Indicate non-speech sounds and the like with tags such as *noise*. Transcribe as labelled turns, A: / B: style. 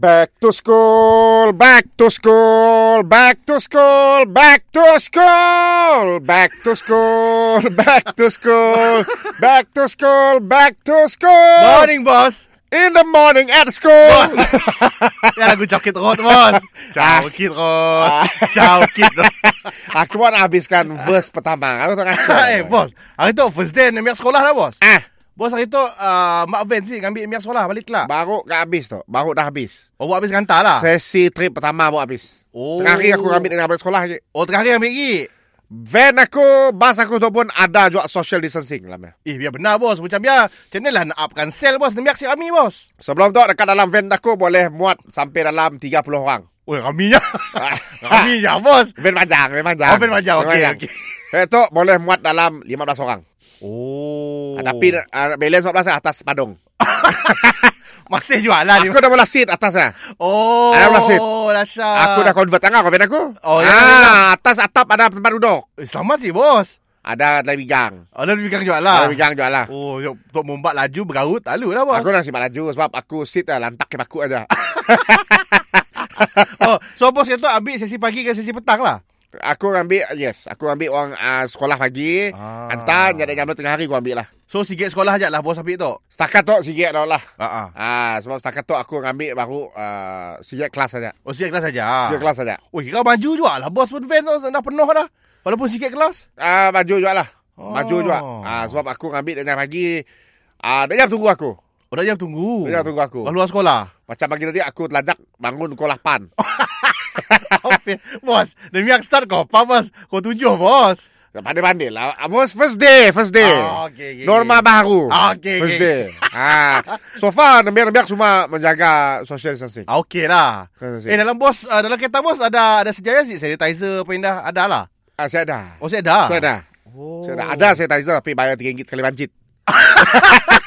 A: Back to school, back to school, back to school, back to school, back to school, *laughs* back to school, back to school, back to school.
B: Morning, boss!
A: In the morning at school.
B: Yan, lagu Cakit Rot, boss! Cakit *laughs* Rot! Cakit Rot!
A: *laughs* Aku pun habiskan verse pertama. Aku tengah.
B: *laughs* eh, boss! Hari tu, first day ni miak sekolah dah, boss!
A: Ah,
B: Boss, hari tu, uh, Mak Van si ambil miak sekolah balik lah.
A: baru dah habis tu. Baru dah habis.
B: Oh, buat habis kantar lah.
A: Sesi trip pertama baru habis.
B: Oh.
A: Tengah hari aku ambil dengan balik sekolah je.
B: Oh, tengah hari ambil lagi.
A: Van aku, bas aku tu pun ada juga social distancing lah. meh.
B: Eh, biar benar, boss. Macam biar. Macam ni lah nak upkan sel, boss. Ni miak si kami, boss.
A: Sebelum tu dekat dalam van aku boleh muat sampai dalam 30 orang. Ah,
B: Oi, *laughs* kami ya. kami ya, boss.
A: Van panjang, van panjang.
B: Oh, van panjang. Okey, okey.
A: Van tu boleh muat dalam 15 orang.
B: Oh.
A: Oh. Tapi uh, balance 14 lah atas padung.
B: Maksud jual lah.
A: Aku dah mula seat atas lah.
B: Oh.
A: Ada belah seat.
B: Rasyad.
A: Aku dah convert tangga kau van aku.
B: Ah. Oh, ya, ya, ya.
A: ah, atas atap ada tempat duduk.
B: Eh, selamat sih, boss.
A: Ada dalam bigang.
B: Ada lebih kang jual
A: Dalam
B: lah.
A: bigang juga lah.
B: Oh, yuk, untuk membuat laju bergarut, tak lah bos.
A: Aku nak simpan laju sebab aku seat lah lantak ke paku aja.
B: Ah. oh, so bos itu ambil sesi pagi ke sesi petang lah.
A: aku ambil yes, aku ambil orang uh, sekolah pagi.
B: Ah.
A: Ah. Hantar jadi jam tengah hari aku ambil lah.
B: So sikit sekolah aja lah bos ambil tu.
A: Setakat tu sikit dah lah.
B: Ha ah.
A: Ah, sebab setakat tu aku ambil baru uh, sikit kelas saja.
B: Oh, sikit kelas saja. Ah.
A: Sikit kelas saja.
B: Oh, kira maju juga lah bos pun van tu dah penuh dah. Walaupun sikit kelas.
A: Ah, maju juga lah. Maju juga.
B: Oh.
A: Ah, sebab aku ambil dengan pagi. Ah, dia jam tunggu aku.
B: Oh, dah jam tunggu.
A: Dia jam tunggu aku.
B: Keluar sekolah. *laughs*
A: Macam pagi tadi aku telajak bangun pukul 8.
B: Oh, fair. bos, demi yang start kau apa bos? Kau tujuh bos.
A: Pandai-pandai lah. First, first day, first day.
B: Ah, okey, okey,
A: Norma
B: okey.
A: baru.
B: Ah, okey,
A: Eh, First
B: okey.
A: day. ah, so far, nembiak-nembiak semua menjaga social distancing.
B: Ah, okey lah.
A: Kan, Sik?
B: Eh, dalam bos, ah, dalam kereta bos ada ada sejaya sih sanitizer pindah ada lah.
A: Ah, saya ada.
B: Oh, saya dah.
A: Saya ada.
B: Oh.
A: Saya ada. Ada sanitizer tapi bayar RM3 sekali banjit.